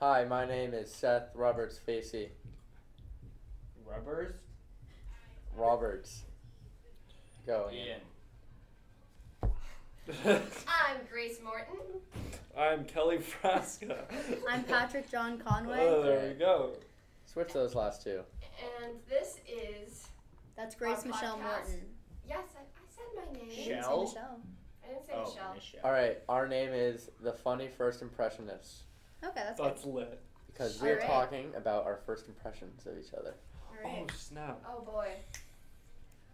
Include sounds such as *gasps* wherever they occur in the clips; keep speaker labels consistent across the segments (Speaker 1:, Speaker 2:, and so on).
Speaker 1: Hi, my name is Seth Roberts Facey.
Speaker 2: Rubbers?
Speaker 1: Roberts. Go. Ian.
Speaker 3: I'm Grace Morton.
Speaker 4: *laughs* I'm Kelly Frasca.
Speaker 5: *laughs*
Speaker 4: *laughs*
Speaker 5: I'm Patrick John
Speaker 4: Oh,
Speaker 5: Conway.
Speaker 4: there we go.
Speaker 1: Switch those last two.
Speaker 3: And this is.
Speaker 5: That's Grace
Speaker 3: Our
Speaker 5: Michelle
Speaker 3: podcast.
Speaker 5: Morton.
Speaker 3: Yes, I, I said my name.
Speaker 5: I didn't say
Speaker 2: Shell?
Speaker 5: Michelle.
Speaker 3: I didn't say
Speaker 2: Oh,
Speaker 3: Michelle.
Speaker 2: Michelle.
Speaker 1: All right, our name is The Funny First Impressionists
Speaker 5: Okay, that's good.
Speaker 4: That's lit.
Speaker 1: because we are
Speaker 5: Alright.
Speaker 1: talking about our first impressions of each other.
Speaker 3: All
Speaker 4: Oh
Speaker 3: right.
Speaker 4: snap!
Speaker 3: Oh boy.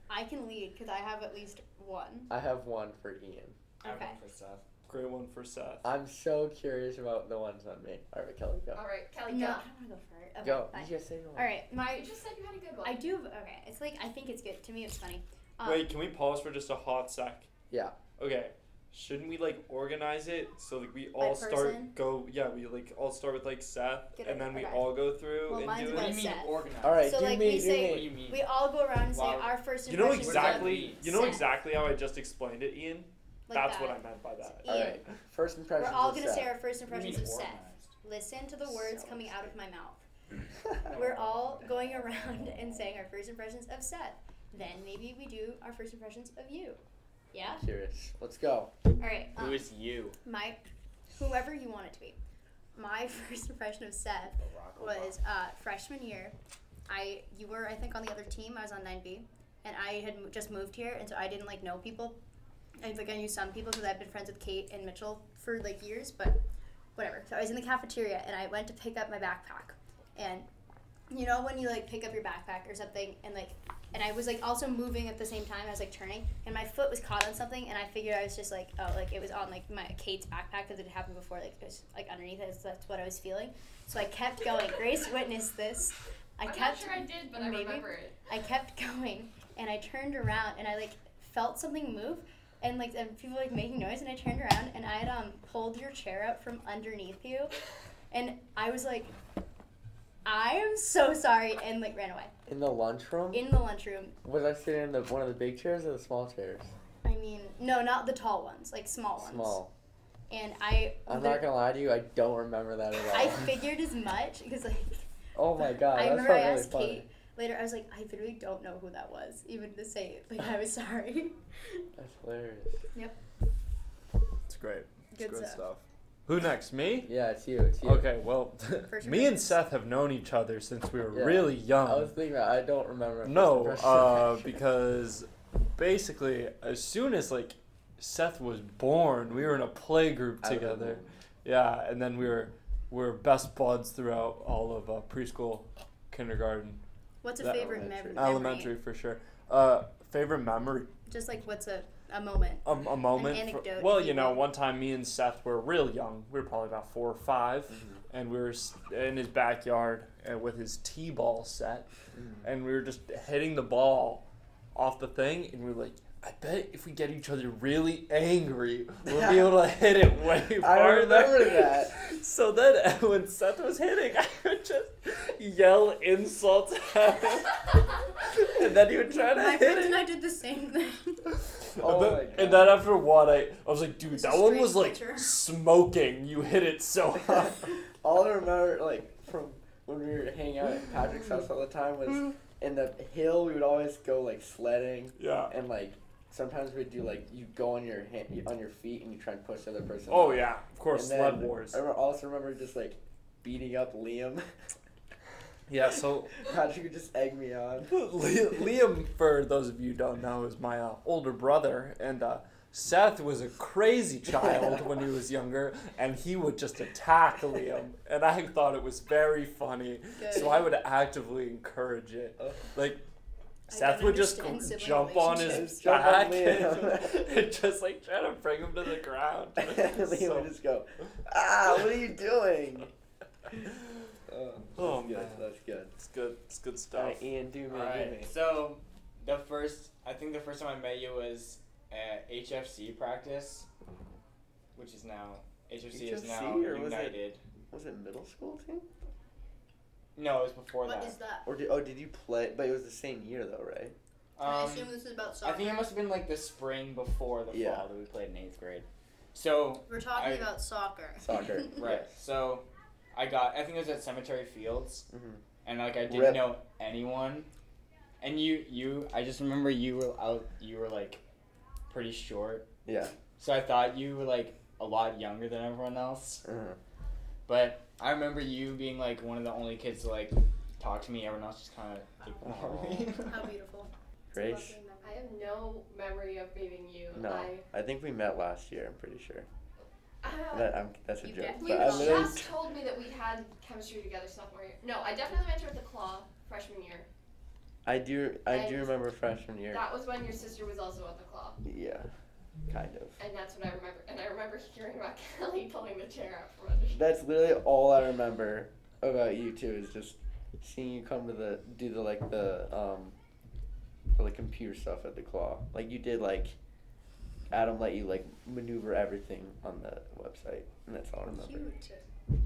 Speaker 5: I can lead because I have at least one.
Speaker 1: I have one for Ian.
Speaker 2: I
Speaker 5: Okay.
Speaker 2: went for Seth.
Speaker 4: Great one for Seth.
Speaker 1: I'm so curious about the ones on me. All right, Kelly, go.
Speaker 3: All right, Kelly,
Speaker 5: No, I
Speaker 3: go.
Speaker 5: don't want to go for it. Okay,
Speaker 1: go.
Speaker 5: fine.
Speaker 1: You just say the one.
Speaker 5: All right, my
Speaker 3: You just said you had a good one.
Speaker 5: I do. have- Okay, it's like I think it's good. To me, it's funny. Um,
Speaker 4: Wait, can we pause for just a hot sec?
Speaker 1: Yeah.
Speaker 4: Okay. Shouldn't we like organize it so like we all
Speaker 5: person?
Speaker 4: start go yeah we like all start with like Seth
Speaker 5: Get
Speaker 4: and
Speaker 5: it-
Speaker 4: then we
Speaker 5: okay.
Speaker 4: all go through
Speaker 5: Well,
Speaker 4: and
Speaker 5: mine's
Speaker 4: do
Speaker 2: What
Speaker 5: about
Speaker 2: do
Speaker 4: it.
Speaker 2: you mean
Speaker 5: Seth.
Speaker 2: organized?
Speaker 1: All right,
Speaker 5: So,
Speaker 1: do
Speaker 5: like,
Speaker 1: me,
Speaker 5: we
Speaker 1: do
Speaker 5: say-
Speaker 2: What do
Speaker 1: me.
Speaker 2: you mean?
Speaker 5: We all go around and say
Speaker 2: Wow.
Speaker 5: our first
Speaker 4: You know
Speaker 5: impressions of-
Speaker 4: exactly. You know
Speaker 5: Seth.
Speaker 4: exactly how I just explained it, Ian.
Speaker 5: like
Speaker 4: That's
Speaker 5: that.
Speaker 4: what I meant by that.
Speaker 5: Ian.
Speaker 1: All right, first
Speaker 5: We're
Speaker 1: impressions.
Speaker 5: all
Speaker 1: of
Speaker 5: gonna say
Speaker 1: *laughs*
Speaker 5: our first impressions of Seth.
Speaker 2: organized?
Speaker 5: Listen to the words
Speaker 2: So
Speaker 5: coming out of my mouth.
Speaker 1: Seth.
Speaker 5: We're all going around *laughs* and saying our first impressions of Seth. Then maybe we do our first impressions of you. Yeah.
Speaker 1: curious. Let's go.
Speaker 5: All right.
Speaker 2: Who
Speaker 5: Um,
Speaker 2: is you?
Speaker 5: my, whoever you want it to be. My *laughs* first impression of Seth was uh, freshman year. I you were I think on the other team. I was on 9B, and I had mo- just moved here, and so I didn't like know people. I like I knew some people because I've been friends with Kate and Mitchell for like years, but whatever. So I was in the cafeteria, and I went to pick up my backpack, and you know when you like pick up your backpack or something, and like. And I was like also moving at the same time. I was like turning, and my foot was caught on something, and I figured I was just like, oh, like it was on like my Kate's backpack because it had happened before. Like it was like underneath it. So that's what I was feeling. So I kept going. Grace witnessed this. I
Speaker 3: I'm
Speaker 5: kept
Speaker 3: not sure I did, but I
Speaker 5: maybe.
Speaker 3: remember it.
Speaker 5: I
Speaker 3: *laughs*
Speaker 5: kept *laughs* going and I turned around and I like felt something move and like and people like making noise and I turned around and I had um pulled your chair up from underneath you and I was like I am so sorry and like ran away
Speaker 1: In the lunchroom,
Speaker 5: in the lunchroom.
Speaker 1: was I sitting in the one of the big chairs or the small chairs?
Speaker 5: I mean, no, not the tall ones, like small ones.
Speaker 1: Small.
Speaker 5: And I
Speaker 1: I'm not gonna lie to you. I don't remember that at all.
Speaker 5: I figured as much because like
Speaker 1: Oh my god,
Speaker 5: I
Speaker 1: that's
Speaker 5: remember I
Speaker 1: probably really
Speaker 5: asked
Speaker 1: funny.
Speaker 5: Kate later I was like I literally don't know who that was even to say like I was sorry.
Speaker 1: *laughs*
Speaker 5: *laughs*
Speaker 1: That's hilarious.
Speaker 6: It's great. It's
Speaker 5: Good
Speaker 6: good,
Speaker 5: stuff.
Speaker 6: stuff.
Speaker 4: Who next? Me.
Speaker 1: Yeah, it's you. It's you.
Speaker 4: Okay, well, *laughs*
Speaker 5: First
Speaker 4: me and
Speaker 5: impressions.
Speaker 4: Seth have known each other since we were
Speaker 1: Yeah.
Speaker 4: really young.
Speaker 1: I was thinking about. I don't remember. first
Speaker 4: um, no,
Speaker 1: impression. *laughs*
Speaker 4: uh, *laughs* because basically, as soon as like Seth was born, we were in a play group
Speaker 1: I
Speaker 4: together.
Speaker 1: remember.
Speaker 4: Yeah, and then we were we were best buds throughout all of uh, preschool, kindergarten,
Speaker 5: What's a
Speaker 4: That
Speaker 5: favorite mem-
Speaker 1: elementary.
Speaker 5: memory?
Speaker 4: elementary for sure. Uh, favorite memory um,
Speaker 5: Just like what's a, a moment.
Speaker 4: a, a moment. for-
Speaker 5: anecdote,
Speaker 4: well,
Speaker 5: if
Speaker 4: you
Speaker 5: you
Speaker 4: know,
Speaker 5: will.
Speaker 4: one time me and Seth were real young. We were probably about four or 5 *laughs* and we were s- in his backyard and with his t-ball set,
Speaker 1: Mm.
Speaker 4: and we were just hitting the ball off the thing, and we were like. I bet if we get each other really angry, we'll be able to hit it way
Speaker 1: *laughs*
Speaker 4: farther.
Speaker 1: I remember that.
Speaker 4: *laughs* So then, when Seth was hitting, *laughs* I would just yell insults at him, *laughs* and then he would try to
Speaker 5: My
Speaker 4: hit
Speaker 5: friends
Speaker 4: it.
Speaker 5: and I did the same thing.
Speaker 1: Oh
Speaker 4: *laughs* and,
Speaker 1: my
Speaker 4: then,
Speaker 1: God.
Speaker 4: and then after one, I, I was like, dude,
Speaker 5: It's a
Speaker 4: that one
Speaker 5: straight
Speaker 4: was like
Speaker 5: culture.
Speaker 4: smoking. You hit
Speaker 1: *laughs*
Speaker 4: it so hard. *laughs*
Speaker 1: All I remember, like from when we were hanging out at Patrick's house all the time, was in the hill. We would always go like sledding,
Speaker 4: yeah.
Speaker 1: and like sometimes we'd do like you go on your hand, on your feet, and you try and push the other person.
Speaker 4: Oh
Speaker 1: up.
Speaker 4: yeah, of course,
Speaker 1: And
Speaker 4: sled
Speaker 1: then
Speaker 4: wars.
Speaker 1: I remember, also remember just like beating up Liam. *laughs*
Speaker 4: Yeah. So
Speaker 1: Patrick would just egg me on.
Speaker 4: *laughs* Li- Liam, for those of you who don't know, is my uh, older brother, and uh, Seth was a crazy child when he was younger, and he would just attack Liam, and I thought it was very funny. So I would actively encourage it.
Speaker 1: *laughs* Oh.
Speaker 4: Like
Speaker 5: I
Speaker 4: Seth
Speaker 5: don't
Speaker 4: would just
Speaker 5: understand sibling
Speaker 4: jump on his
Speaker 1: relationships. Jump on
Speaker 4: back and, *laughs*
Speaker 1: Liam.
Speaker 4: just like try to bring him to the
Speaker 1: *laughs*
Speaker 4: ground.
Speaker 1: Liam
Speaker 4: So-
Speaker 1: would just go, ah, what are you doing? *laughs* Oh,
Speaker 4: Oh,
Speaker 1: that's good.
Speaker 4: man.
Speaker 1: That's good.
Speaker 4: it's good. It's good stuff.
Speaker 1: Alright, Ian, do me,
Speaker 2: All right. So the first, I think the first time I met you was at HFC practice, which is now HFC, is now
Speaker 1: HFC, or was it-
Speaker 2: United.
Speaker 1: Was it middle school too?
Speaker 2: No, it was before
Speaker 5: What
Speaker 2: that.
Speaker 5: is that?
Speaker 1: Or did, oh, did you play? But it was the same year though, right?
Speaker 5: Can I
Speaker 2: Um,
Speaker 5: assume this is about
Speaker 2: I
Speaker 5: soccer.
Speaker 2: think it must have been like the spring before the
Speaker 1: Yeah.
Speaker 2: fall that we played in eighth grade. So
Speaker 5: We're talking
Speaker 2: I-
Speaker 5: *laughs* about soccer.
Speaker 1: Soccer.
Speaker 2: right. So I got. I think it was at Cemetery Fields,
Speaker 1: Mhm.
Speaker 2: and like I didn't
Speaker 1: Rip.
Speaker 2: know anyone. And you, you, I just remember you were out. You were like, pretty short.
Speaker 1: Yeah.
Speaker 2: So I thought you were like a lot younger than everyone else.
Speaker 1: Mhm.
Speaker 2: But I remember you being like one of the only kids to like talk to me. Everyone else just kind of ignored me. *laughs*
Speaker 5: How beautiful.
Speaker 1: Grace,
Speaker 3: I have no memory of meeting you.
Speaker 1: No.
Speaker 3: I,
Speaker 1: I think we met last year. I'm pretty sure.
Speaker 3: uh,
Speaker 1: That I'm, that's a
Speaker 5: You
Speaker 1: joke.
Speaker 5: definitely
Speaker 3: you
Speaker 1: But I
Speaker 5: met
Speaker 1: literally-
Speaker 3: just told me that we had chemistry together sophomore year. No, I definitely met you at the Claw freshman year.
Speaker 1: I do. I do
Speaker 3: And-
Speaker 1: remember freshman year.
Speaker 3: That was when your sister was also at the Claw,
Speaker 1: Yeah, kind of.
Speaker 3: and that's what I remember. And I remember hearing about *laughs* Kelly pulling the chair out from under. you.
Speaker 1: That's literally all I remember about you two is just seeing you come to the do the like the um the like computer stuff at the claw. Like you did like Adam let you like maneuver everything on the website, and that's all I remember.
Speaker 5: Cute.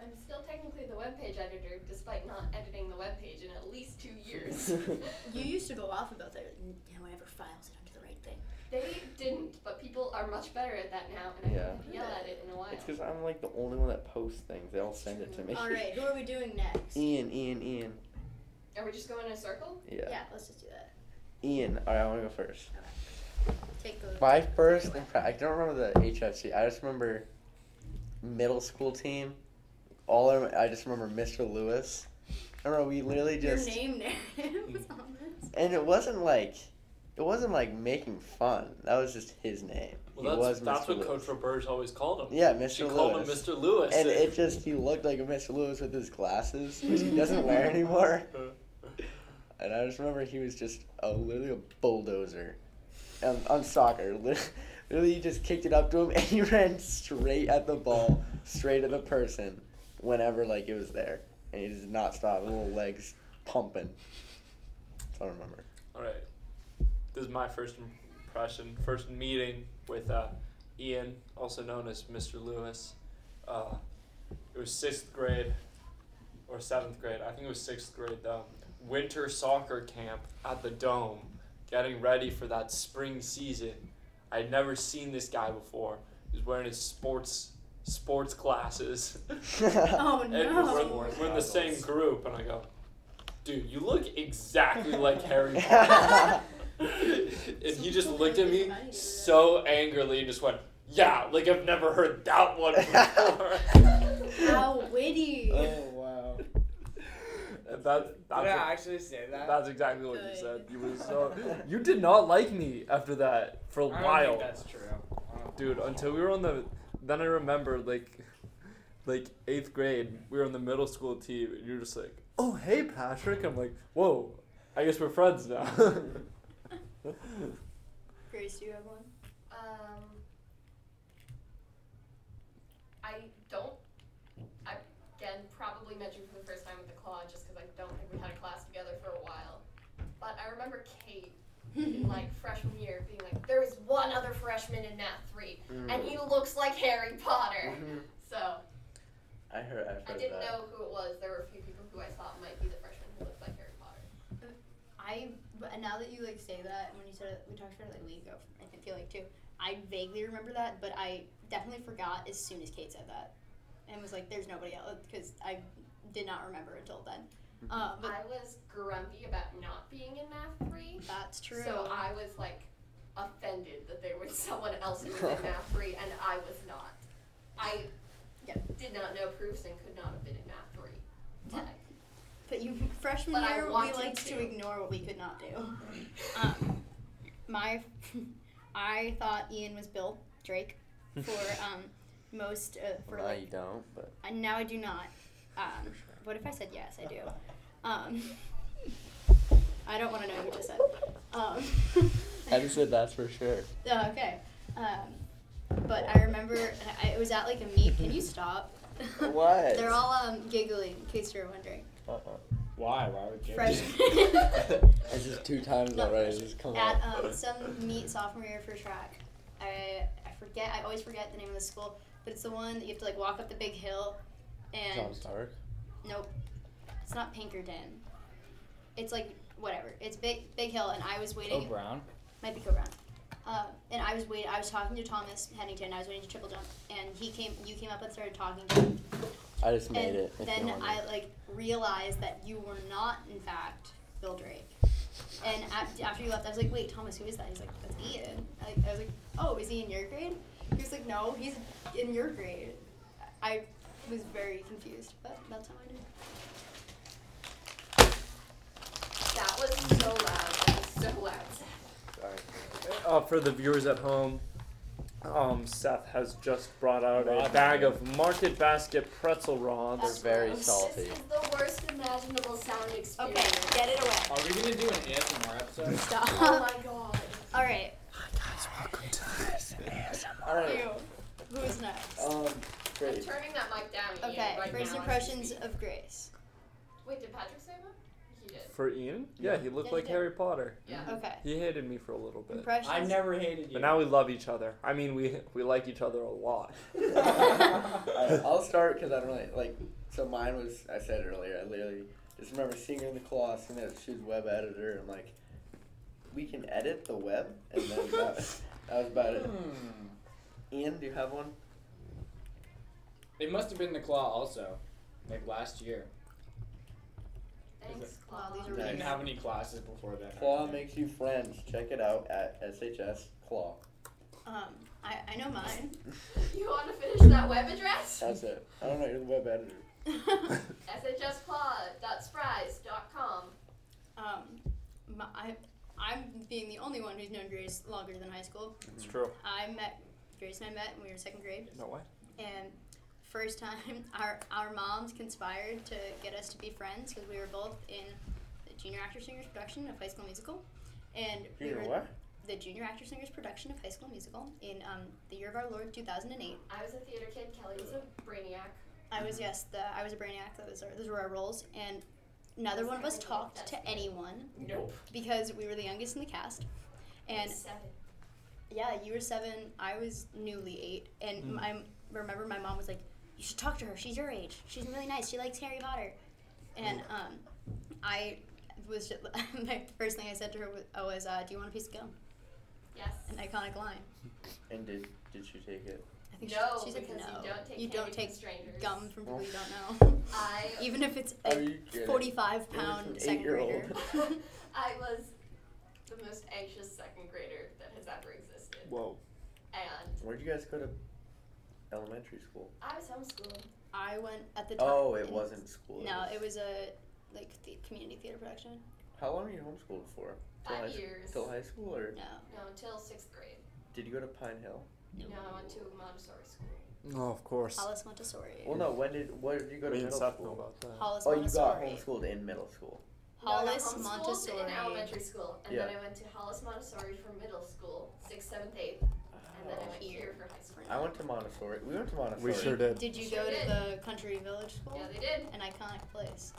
Speaker 3: I'm still technically the webpage editor, despite not editing the webpage in at least two
Speaker 1: *laughs*
Speaker 3: years.
Speaker 5: You used to go off about that. No one ever files it under the right thing.
Speaker 3: *laughs* they didn't, but people are much better at that now, and I
Speaker 1: Yeah.
Speaker 3: haven't had to yell at it in a while.
Speaker 1: It's because I'm like the only one that posts things. They all send it to me.
Speaker 5: All right, who are we doing
Speaker 1: *laughs*
Speaker 5: next?
Speaker 1: Ian, Ian, Ian.
Speaker 3: Are we just going in a circle?
Speaker 1: Yeah.
Speaker 5: Yeah, let's just do that.
Speaker 1: Ian. All right, I want to go first.
Speaker 5: Take the.
Speaker 1: My first impre- I don't remember the HFC. I just remember middle school team. All I, rem- I just remember Mr. Lewis. I remember we literally
Speaker 5: Your
Speaker 1: just
Speaker 5: name narrative was *laughs* on this.
Speaker 1: and it wasn't like it wasn't like making fun. That was just his name. He
Speaker 4: Well,
Speaker 1: was
Speaker 4: that's, that's
Speaker 1: Mr.
Speaker 4: what
Speaker 1: Lewis.
Speaker 4: Coach Roberge always called him.
Speaker 1: Yeah, Mr.
Speaker 4: She
Speaker 1: Lewis.
Speaker 4: called him Mr. Lewis.
Speaker 1: And it just he looked like a Mr. Lewis with his glasses, which he doesn't wear
Speaker 4: *laughs*
Speaker 5: *laughs*
Speaker 1: anymore. And I just remember he was just a, literally a bulldozer on, on soccer. *laughs* Lit- Literally, you just kicked it up to him *laughs* and he ran straight at the ball, straight at the person, whenever like it was there. And he does not stop, little legs pumping. That's all I remember.
Speaker 4: All right. This is my first impression, first meeting with uh, Ian, also known as Mr. Lewis. Uh, it was sixth grade or seventh grade. I think it was sixth grade though. Winter soccer camp at the Dome, getting ready for that spring season. I had never seen this guy before. He was wearing his sports sports glasses. *laughs*
Speaker 5: Oh
Speaker 4: And
Speaker 5: no.
Speaker 4: we're, we're in the same group, and I go, dude, you look exactly like Harry Potter.
Speaker 1: I
Speaker 4: *laughs* and he just looked at me so angrily and just went, yeah, like I've never heard that one before. *laughs*
Speaker 5: How
Speaker 1: *laughs*
Speaker 5: witty.
Speaker 1: Oh, wow.
Speaker 4: And that,
Speaker 2: Did I
Speaker 4: that's,
Speaker 2: actually say that?
Speaker 4: that's exactly what you
Speaker 5: Good.
Speaker 4: said. You were so you did not like me after that for a
Speaker 2: I don't
Speaker 4: while,
Speaker 2: think that's true. I don't-
Speaker 4: dude. Until we were on the, then I remember like, like eighth grade, we were on the middle school team, and you're just like, oh hey Patrick, I'm like, whoa, I guess we're friends
Speaker 5: *laughs*
Speaker 4: now.
Speaker 5: Grace, do you have one?
Speaker 3: Um, I don't. I again probably met you for the first time at the claw, just because I don't think we had a class together for a while. But I remember Kate
Speaker 1: Mm-hmm.
Speaker 3: in like freshman year being like, "There is one other freshman in Nat three,
Speaker 1: Mm. Mm-hmm.
Speaker 3: and he looks like Harry Potter."
Speaker 1: Mhm.
Speaker 3: So
Speaker 1: I heard, I've
Speaker 3: I
Speaker 1: heard that.
Speaker 3: didn't know who it was. There were a few people who I thought might be the freshman who looked like Harry Potter.
Speaker 5: I but now that you like say that when you said it, we talked about it like a week ago. I feel like too. I vaguely remember that, but I definitely forgot as soon as Kate said that, and was like, "There's nobody else," because I did not remember until then. Uh, but
Speaker 3: I was grumpy about not being in Math three.
Speaker 5: that's true.
Speaker 3: So I was like offended that there was *laughs* someone else who was
Speaker 1: *laughs*
Speaker 3: in math three and I was not. I
Speaker 5: Yeah.
Speaker 3: did not know Proofson could not have been in math three. But
Speaker 5: but you freshman
Speaker 3: But I
Speaker 5: year, we
Speaker 3: wanted
Speaker 5: liked to
Speaker 3: to.
Speaker 5: ignore what we could
Speaker 3: *laughs*
Speaker 5: not do. Um, my, *laughs* I thought Ian was Bill Drake for um, most uh, for
Speaker 1: No,
Speaker 5: like
Speaker 1: you don't, but.
Speaker 5: And now Uh, I do not. Um, what if I said yes? I do. Um, *laughs* I don't want to know what you just said. Um, *laughs*
Speaker 1: I just said that's for sure.
Speaker 5: oh, okay. Um, but I remember I, I was at like a meet. Can you stop? *laughs*
Speaker 1: What?
Speaker 5: They're all um, giggling, in case you're wondering.
Speaker 1: Uh-uh.
Speaker 2: Why? Why would you?
Speaker 5: Freshman
Speaker 1: It's just two times
Speaker 5: No.
Speaker 1: already. Just come on.
Speaker 5: at um, some meet sophomore year for track. I, I forget. I always forget the name of the school, but it's the one that you have to like walk up the big hill, and
Speaker 1: John Stark.
Speaker 5: Nope. It's not Pinkerton. It's like whatever. It's big big hill, and I was
Speaker 2: Oh,
Speaker 5: waiting.
Speaker 2: Brown.
Speaker 5: Might be go round. Um, and I was waiting. I was talking to Thomas Hennington. I was waiting to triple jump, and he came. You came up and started talking to him.
Speaker 1: I just made
Speaker 5: and
Speaker 1: it. if you
Speaker 5: then
Speaker 1: want
Speaker 5: I
Speaker 1: it.
Speaker 5: like realized that you were not in fact Bill Drake. And af- after you left, I was like, "Wait, Thomas, who is that?" He's like, "That's Ian." I, I was like, "Oh, is he in your grade?" He was like, "No, he's in your grade." I was very confused, but that's how I knew.
Speaker 3: That was so loud. That was so loud.
Speaker 1: Sorry.
Speaker 4: Uh, for the viewers at home, um, Seth has just brought out a
Speaker 1: Raw
Speaker 4: bag
Speaker 1: dog.
Speaker 4: of Market Basket pretzel rods.
Speaker 1: They're very salty.
Speaker 3: This is the worst imaginable sound
Speaker 5: Okay,
Speaker 3: experience.
Speaker 5: *laughs* get it away.
Speaker 2: Are we gonna do an ASMR episode?
Speaker 5: Stop.
Speaker 3: Oh my god.
Speaker 5: *laughs* All right.
Speaker 1: All right.
Speaker 5: You. Who's next?
Speaker 1: Um,
Speaker 3: I'm
Speaker 1: great.
Speaker 3: turning that mic down. Ian,
Speaker 5: Okay,
Speaker 3: right
Speaker 5: first
Speaker 3: now.
Speaker 5: impressions of Grace.
Speaker 3: Wait, did Patrick say one? He did.
Speaker 4: For Ian? Yeah, he looked
Speaker 5: Yeah, he
Speaker 4: like
Speaker 5: did.
Speaker 4: Harry Potter.
Speaker 3: Yeah.
Speaker 5: Okay.
Speaker 4: He hated me for a little bit.
Speaker 5: Impressions.
Speaker 2: I never hated you.
Speaker 4: But
Speaker 2: *laughs*
Speaker 4: now we love each other. I mean, we we like each other a lot.
Speaker 1: Alright, I'll start because I don't really like. So mine was I said earlier. I literally just remember seeing her in the class and that she was web editor. I'm like, we can edit the web, and then that, that was about it.
Speaker 2: Hmm.
Speaker 1: Ian, do you have one?
Speaker 2: It must have been the claw also, like last year.
Speaker 3: Thanks,
Speaker 5: Wow,
Speaker 3: Claude.
Speaker 5: these are
Speaker 2: We didn't
Speaker 5: really
Speaker 1: Nice.
Speaker 2: have any classes before that.
Speaker 1: Claw makes you friends. Check it out at SHS Claw.
Speaker 5: Um, I, I know
Speaker 1: *laughs*
Speaker 2: *laughs*
Speaker 5: mine. *laughs*
Speaker 3: You want to finish that web address?
Speaker 1: That's it. I don't know. You're the web editor.
Speaker 5: *laughs*
Speaker 1: *laughs*
Speaker 3: SHSclaw.sprise.com.
Speaker 5: um, my, I, I'm being the only one who's known Grace longer than high school.
Speaker 4: It's true.
Speaker 5: I met Grace and I met when we were in second grade,
Speaker 4: No way.
Speaker 5: and first time *laughs* our our moms conspired to get us to be friends because we were both in the junior actor singers production of High School Musical, and we
Speaker 1: You're
Speaker 5: were
Speaker 1: what?
Speaker 5: the junior actor singers production of High School Musical in um, the year of our Lord 2008.
Speaker 3: I was a theater kid. Kelly was a brainiac.
Speaker 5: I was yes, the I was a brainiac. Those are those were our roles, and neither one of us talked to anyone
Speaker 3: Nope.
Speaker 5: because we were the youngest in the cast. And
Speaker 3: Seven.
Speaker 5: yeah, you were seven, I was newly eight,
Speaker 1: Mm.
Speaker 5: and I remember my mom was like, "You should talk to her. She's your age. She's really nice. She likes Harry Potter." And um, I was just, *laughs* my first thing I said to her was, oh, was uh, "Do you want a piece of gum?"
Speaker 3: Yes.
Speaker 5: An iconic line.
Speaker 1: And did did she take it?
Speaker 5: I think
Speaker 3: No,
Speaker 5: she, she said
Speaker 3: because
Speaker 5: no.
Speaker 3: you don't take
Speaker 5: you don't
Speaker 3: candy from
Speaker 5: take
Speaker 3: strangers."
Speaker 5: gum from people you don't know,
Speaker 3: I
Speaker 5: *laughs* even if it's
Speaker 1: Are
Speaker 5: a
Speaker 1: you kidding?
Speaker 5: forty-five
Speaker 1: Even if
Speaker 5: pound
Speaker 1: it's an
Speaker 5: second
Speaker 1: eight-year-old.
Speaker 5: grader.
Speaker 3: I was the most anxious second grader that has ever existed.
Speaker 4: Whoa.
Speaker 3: And
Speaker 1: Where'd you guys go to elementary school?
Speaker 3: I was homeschooled.
Speaker 5: *laughs* I went at the time.
Speaker 1: Oh, it
Speaker 5: in-
Speaker 1: wasn't school.
Speaker 5: No, it was a like the community theater production.
Speaker 1: How long were you homeschooled for? Till high
Speaker 3: Five
Speaker 1: sch-
Speaker 3: years.
Speaker 1: Till high school, or
Speaker 5: No.
Speaker 3: No, until sixth grade.
Speaker 1: did you go to Pine Hill?
Speaker 5: No.
Speaker 3: No, I went to Montessori school.
Speaker 4: Oh, of course.
Speaker 5: Hollis Montessori.
Speaker 1: Well, no. When did where did you go to
Speaker 4: Me and
Speaker 1: middle
Speaker 4: Seth know
Speaker 1: school?
Speaker 4: about that.
Speaker 5: Hollis
Speaker 1: Oh, you got
Speaker 5: Montessori.
Speaker 1: homeschooled in middle school.
Speaker 5: Hollis
Speaker 3: no, no, homeschooled
Speaker 5: Montessori.
Speaker 3: in elementary school, and
Speaker 1: Yeah.
Speaker 3: then I went to Hollis Montessori for middle school, sixth, seventh, eighth, and
Speaker 5: Oh,
Speaker 3: then I went here for high school.
Speaker 1: I went to Montessori. We went to Montessori.
Speaker 4: did.
Speaker 5: Did you
Speaker 3: Sure
Speaker 5: go
Speaker 3: did.
Speaker 5: to the country village school?
Speaker 3: Yeah, they did.
Speaker 5: An iconic place.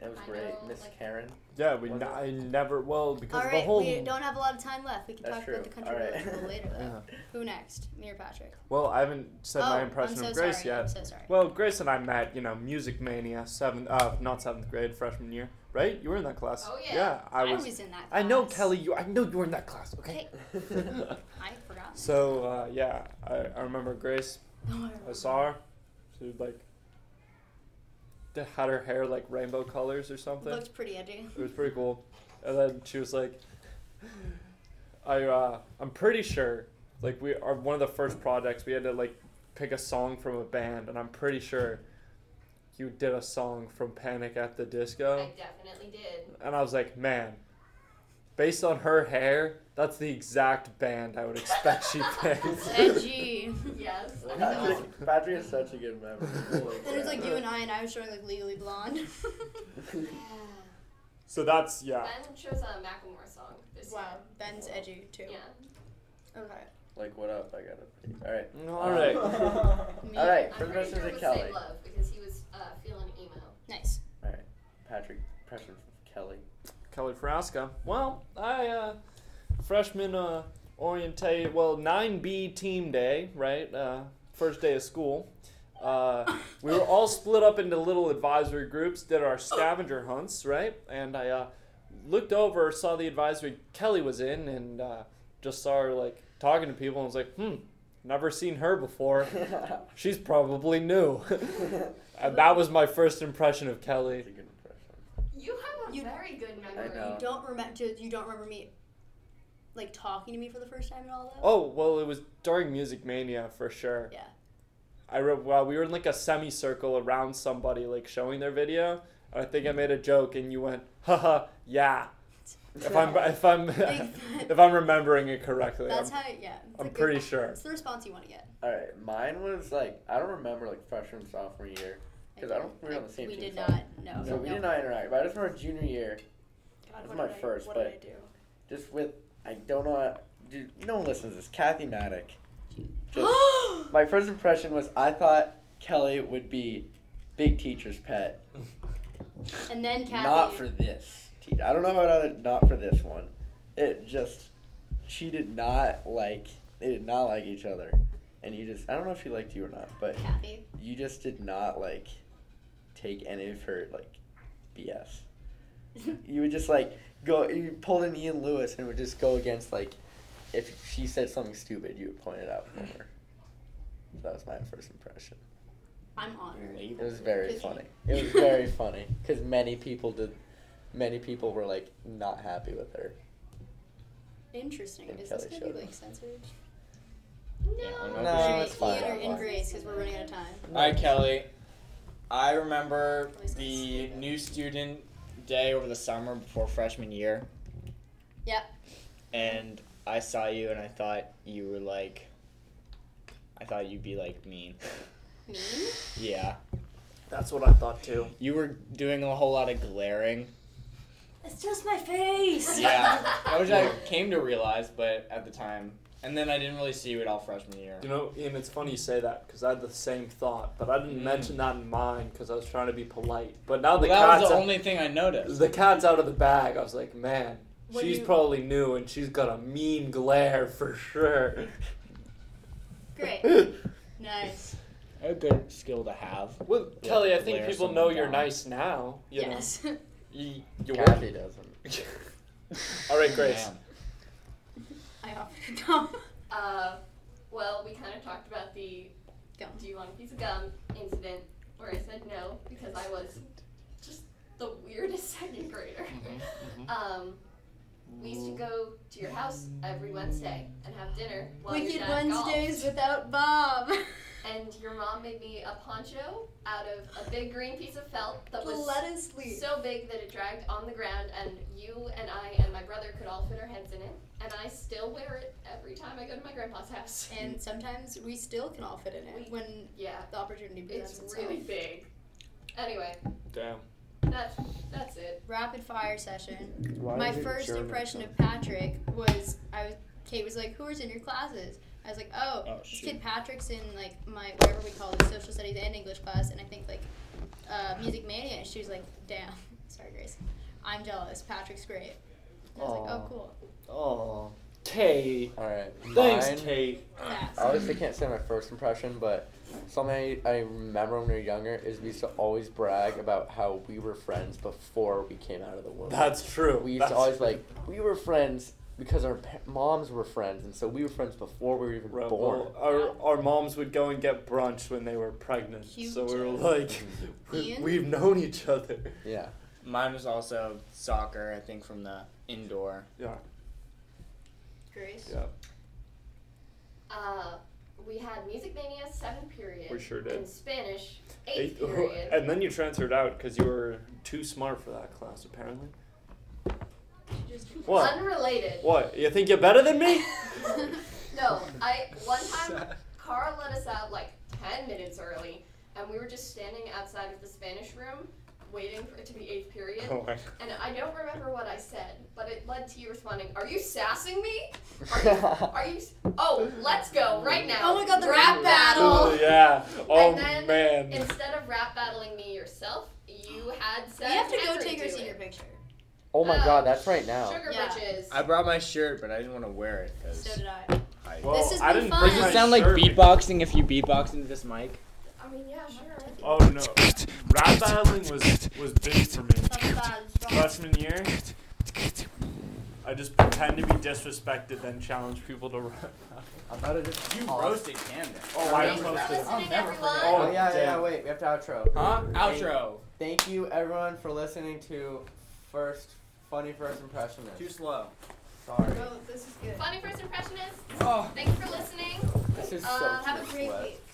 Speaker 1: That was
Speaker 3: I
Speaker 1: great.
Speaker 3: know,
Speaker 1: Miss
Speaker 3: like-
Speaker 1: Karen.
Speaker 4: Yeah, we.
Speaker 1: Was
Speaker 4: N-
Speaker 1: it?
Speaker 4: I never. Well, because
Speaker 5: All
Speaker 4: the
Speaker 5: right,
Speaker 4: whole.
Speaker 5: we don't have a lot of time left. We can
Speaker 1: That's
Speaker 5: talk
Speaker 1: true.
Speaker 5: about the country
Speaker 1: All right.
Speaker 5: village school later, though.
Speaker 1: *laughs*
Speaker 4: Yeah.
Speaker 5: Who next? Me or Patrick?
Speaker 4: Well, I haven't said
Speaker 5: oh,
Speaker 4: my impression
Speaker 5: I'm so
Speaker 4: of Grace
Speaker 5: sorry.
Speaker 4: yet.
Speaker 5: I'm so sorry.
Speaker 4: Well, Grace and I met, you know, Music Mania, seventh, uh, not seventh grade, freshman year, right? You were in that class.
Speaker 3: Oh, yeah.
Speaker 4: I was.
Speaker 5: in that.
Speaker 4: I know
Speaker 5: class. *laughs*
Speaker 4: Kelly. You, I know you were in that class. Okay.
Speaker 5: Hey,
Speaker 4: *laughs*
Speaker 5: I forgot.
Speaker 4: so uh, yeah, I, I remember Grace.
Speaker 5: No,
Speaker 4: I saw her. She was like d- had her hair like rainbow colors or something.
Speaker 5: Looks pretty edgy.
Speaker 4: It was pretty cool. And then she was like, I uh, I'm pretty sure like we are one of the first projects we had to like pick a song from a band, and I'm pretty sure you did a song from Panic at the Disco.
Speaker 3: I definitely did.
Speaker 4: And I was like, man, based on her hair, that's the exact band I would expect
Speaker 3: *laughs*
Speaker 4: she picked. *laughs*
Speaker 5: *laughs* Edgy.
Speaker 3: Yes. *laughs* I know.
Speaker 1: Patrick, Patrick is such a good member.
Speaker 3: *laughs*
Speaker 1: Holy
Speaker 5: Then it
Speaker 1: crap.
Speaker 5: was like you and I, and I was showing like
Speaker 4: *laughs*
Speaker 5: Legally Blonde. *laughs*
Speaker 4: So that's, yeah.
Speaker 3: Ben chose a Macklemore song this
Speaker 5: wow, Ben's edgy too.
Speaker 3: year. Yeah.
Speaker 5: Okay.
Speaker 1: Like, what up? I got a. All right.
Speaker 4: All
Speaker 2: *laughs*
Speaker 4: right.
Speaker 5: Me.
Speaker 1: All right. For
Speaker 3: I'm
Speaker 1: the
Speaker 3: pretty
Speaker 1: rest
Speaker 3: sure
Speaker 1: of
Speaker 3: it
Speaker 1: the
Speaker 3: was
Speaker 1: Kelly.
Speaker 3: Save Love because he was uh, feeling emo.
Speaker 5: Nice.
Speaker 1: Patrick, impression from Kelly.
Speaker 4: *laughs* Kelly Frasca. Well, I uh, freshman uh, orientate. Well, 9B team day, right? Uh, first day of school. Uh, we were all split up into little advisory groups. Did our scavenger hunts, right? And I uh, looked over, saw the advisory Kelly was in, and uh, just saw her like talking to people, and was like, hmm, never seen her before. She's probably new. *laughs* And that was my first impression of Kelly.
Speaker 1: Pretty good impression.
Speaker 3: You have a
Speaker 5: You-
Speaker 3: very good memory.
Speaker 1: know.
Speaker 5: You don't remember. You don't remember me, like talking to me for the first time at all, though.
Speaker 4: Oh well, it was during Music Mania for sure.
Speaker 5: Yeah.
Speaker 4: I re- well, we were in like a semicircle around somebody like showing their video. And I think I made a joke, and you went, haha, yeah. If I'm if I'm *laughs* if I'm remembering it correctly,
Speaker 5: That's
Speaker 4: I'm,
Speaker 5: how. Yeah. it's
Speaker 4: I'm
Speaker 5: a good-
Speaker 4: pretty sure.
Speaker 5: It's the response you want to get.
Speaker 1: All right, mine was like I don't remember like freshman sophomore year because I don't we were on the same
Speaker 5: We
Speaker 1: team.
Speaker 5: did
Speaker 1: so-
Speaker 5: not. No.
Speaker 1: So we
Speaker 5: no.
Speaker 1: did not interact, but I just remember junior year,
Speaker 5: God,
Speaker 1: This
Speaker 5: what
Speaker 1: is my
Speaker 5: did I-
Speaker 1: first,
Speaker 5: What
Speaker 1: but-
Speaker 5: did I
Speaker 1: just with I don't know, dude, no one listens to this. Kathy Maddock.
Speaker 5: do?
Speaker 1: Just,
Speaker 5: *gasps*
Speaker 1: my first impression was I thought Kelly would be big teacher's pet,
Speaker 5: and then Kathy.
Speaker 1: not for this. Te- I don't know about other, not for this one. It just she did not like they did not like each other, and you just I don't know if she liked you or not, but
Speaker 5: *laughs* Kathy.
Speaker 1: you just did not like take any of her like BS. you would just like go. You pulled an Ian Lewis and would just go against like if she said something stupid, you would point it out for her. That was my first impression.
Speaker 5: I'm honored.
Speaker 1: It was very
Speaker 5: Cause-
Speaker 1: funny. It was *laughs* very funny because many people did. Many people were like not happy with her.
Speaker 5: Interesting.
Speaker 1: And
Speaker 5: Is
Speaker 1: Kelly
Speaker 5: this gonna
Speaker 1: showed
Speaker 5: be
Speaker 1: up.
Speaker 5: like censored?
Speaker 2: Yeah, I don't know
Speaker 3: No.
Speaker 2: if
Speaker 1: No,
Speaker 5: Should
Speaker 1: it's
Speaker 5: we-
Speaker 1: Uh, fine.
Speaker 5: Ian or in Grace, because we're running *laughs* out of time.
Speaker 2: All right, Kelly. I remember
Speaker 5: Always gotta
Speaker 2: the
Speaker 5: sleep in.
Speaker 2: new student day over the summer before freshman year.
Speaker 5: Yep.
Speaker 2: And I saw you, and I thought you were like, I thought you'd be like mean. *laughs*
Speaker 5: Mean?
Speaker 2: Yeah,
Speaker 4: That's what I thought too.
Speaker 2: you were doing a whole lot of glaring,
Speaker 5: It's just my face.
Speaker 2: Yeah. which I came to realize, but at the time, and then I didn't really see you at all freshman year.
Speaker 4: You know, Ian, it's funny you say that because I had the same thought, but I didn't
Speaker 2: Mm.
Speaker 4: mention that in mine because I was trying to be polite. But now
Speaker 2: Well,
Speaker 4: the
Speaker 2: that was
Speaker 4: cat's
Speaker 2: the
Speaker 4: out,
Speaker 2: only thing I noticed.
Speaker 4: the cat's out of the bag. I was like, man,
Speaker 5: When
Speaker 4: she's
Speaker 5: you-
Speaker 4: probably new and she's got a mean glare for sure.
Speaker 5: *laughs* Great.
Speaker 1: *laughs*
Speaker 5: Nice.
Speaker 2: A good skill to have.
Speaker 4: *laughs* Well,
Speaker 2: Yeah,
Speaker 4: Kelly, I think
Speaker 2: glare
Speaker 4: people
Speaker 2: someone
Speaker 4: know you're
Speaker 2: down.
Speaker 4: nice now. You
Speaker 5: yes. *laughs*
Speaker 4: Know? You, you were.
Speaker 1: Kathy doesn't.
Speaker 4: All right, Grace.
Speaker 2: Man.
Speaker 5: I offered a *laughs* gum.
Speaker 3: Uh, well, we kind of talked about the
Speaker 5: Gum.
Speaker 3: do you want a piece of gum incident where I said no because I was just the weirdest *laughs* second grader. Um, we used to go to your house every Wednesday and have dinner while your
Speaker 5: Wicked
Speaker 3: dad
Speaker 5: Wednesdays
Speaker 3: golfed.
Speaker 5: without *laughs* Bob.
Speaker 3: And your mom made me a poncho out of a big green piece of felt that was
Speaker 5: Let us sleep.
Speaker 3: so big that it dragged on the ground, and you and I and my brother could all fit our heads in it. And I still wear it every time I go to my grandpa's
Speaker 5: *laughs*
Speaker 3: house.
Speaker 5: and sometimes we still can all fit in
Speaker 3: We-
Speaker 5: it when
Speaker 3: Yeah,
Speaker 5: the opportunity presents
Speaker 3: it's
Speaker 5: itself.
Speaker 3: really big. Anyway,
Speaker 4: Damn.
Speaker 3: that's that's it.
Speaker 5: Rapid fire session. My first impression of Patrick was I was Kate was like, "Who is in your classes?" I was like, "Oh,
Speaker 2: Oh,
Speaker 5: this
Speaker 2: shoot.
Speaker 5: kid Patrick's in like my whatever we call it, social studies and English class, and I think like uh, music mania." And she was like, "Damn, *laughs* sorry, Grace, I'm jealous. Patrick's great." And I was like, "Oh,
Speaker 4: Aw.
Speaker 5: cool."
Speaker 4: Oh, Kate.
Speaker 1: All right.
Speaker 4: Thanks,
Speaker 1: mine-
Speaker 4: Kate.
Speaker 5: Fast.
Speaker 1: I honestly can't say my first impression, but something I, I remember when we were younger is we used to always brag about how we were friends before we came out of the womb.
Speaker 4: That's true.
Speaker 1: we used
Speaker 4: That's
Speaker 1: to always like we were friends because our pa- moms were friends, and so we were friends before we were even
Speaker 4: Right,
Speaker 1: born.
Speaker 4: well, our, our moms would go and get brunch when they were pregnant,
Speaker 5: Cute.
Speaker 4: so we were like, *laughs* we,
Speaker 5: Ian?
Speaker 4: we've known each other.
Speaker 1: Yeah. *laughs*
Speaker 2: Mine was also soccer. I think from the indoor.
Speaker 4: Yeah,
Speaker 5: Grace.
Speaker 4: yeah,
Speaker 3: Uh, we had Music Mania seven period.
Speaker 4: we sure
Speaker 3: in
Speaker 4: did.
Speaker 3: Spanish
Speaker 4: Eight- *laughs*
Speaker 3: eighth period.
Speaker 4: oh, and then you transferred out because you were too smart for that class, apparently.
Speaker 5: *laughs*
Speaker 4: What?
Speaker 3: Unrelated.
Speaker 4: What? You think you're better than me?
Speaker 3: No, I
Speaker 4: *laughs*
Speaker 3: one time Carl let us out like ten minutes early, and we were just standing outside of the Spanish room waiting for it to be eighth period.
Speaker 4: Oh my-
Speaker 3: And I don't remember what I said, but it led to you responding, "Are you sassing me? Are you? Are you s- oh, let's go right now.
Speaker 5: Oh my God, the
Speaker 3: rap
Speaker 5: rap
Speaker 3: battle.
Speaker 4: yeah. Oh
Speaker 3: And then
Speaker 4: man.
Speaker 3: Instead of rap battling me yourself, you had
Speaker 5: You
Speaker 3: said
Speaker 5: have to go
Speaker 3: Henry
Speaker 5: take her
Speaker 3: do
Speaker 5: senior
Speaker 3: it.
Speaker 5: picture.
Speaker 1: Oh my
Speaker 3: Oh.
Speaker 1: God, that's right now.
Speaker 3: Sugar
Speaker 5: Yeah.
Speaker 3: britches.
Speaker 2: I brought my shirt, but I didn't want to wear it
Speaker 5: So
Speaker 2: because.
Speaker 5: did *laughs* I.
Speaker 2: I
Speaker 4: Well,
Speaker 5: This has
Speaker 4: I
Speaker 5: been
Speaker 4: didn't
Speaker 5: fun.
Speaker 4: bring
Speaker 5: Does it
Speaker 4: my
Speaker 5: sound
Speaker 4: shirt.
Speaker 2: beatboxing if you beatbox into this mic?
Speaker 3: I mean, yeah, sure.
Speaker 4: Oh no. Rap battling was was big for me.
Speaker 5: That's bad. It's wrong.
Speaker 4: Freshman year, I just pretend to be disrespected, then challenge people to run.
Speaker 7: I'm about to just.
Speaker 2: You
Speaker 7: pause.
Speaker 2: roasted Camden.
Speaker 4: Oh, I
Speaker 3: Thanks for
Speaker 4: posted.
Speaker 3: listening,
Speaker 2: never
Speaker 3: everyone.
Speaker 2: forget.
Speaker 4: Oh,
Speaker 1: Oh, yeah, yeah,
Speaker 4: damn.
Speaker 1: wait. We have to outro.
Speaker 2: Huh?
Speaker 1: Outro. Thank you, everyone, for listening to First Funny First Impressionist.
Speaker 2: Too slow.
Speaker 1: Sorry.
Speaker 5: Oh, this is good.
Speaker 3: Funny First Impressionist,
Speaker 2: Oh.
Speaker 3: thanks for listening.
Speaker 1: This is so
Speaker 3: Uh, have a
Speaker 1: too
Speaker 3: great
Speaker 1: sweat.
Speaker 3: week.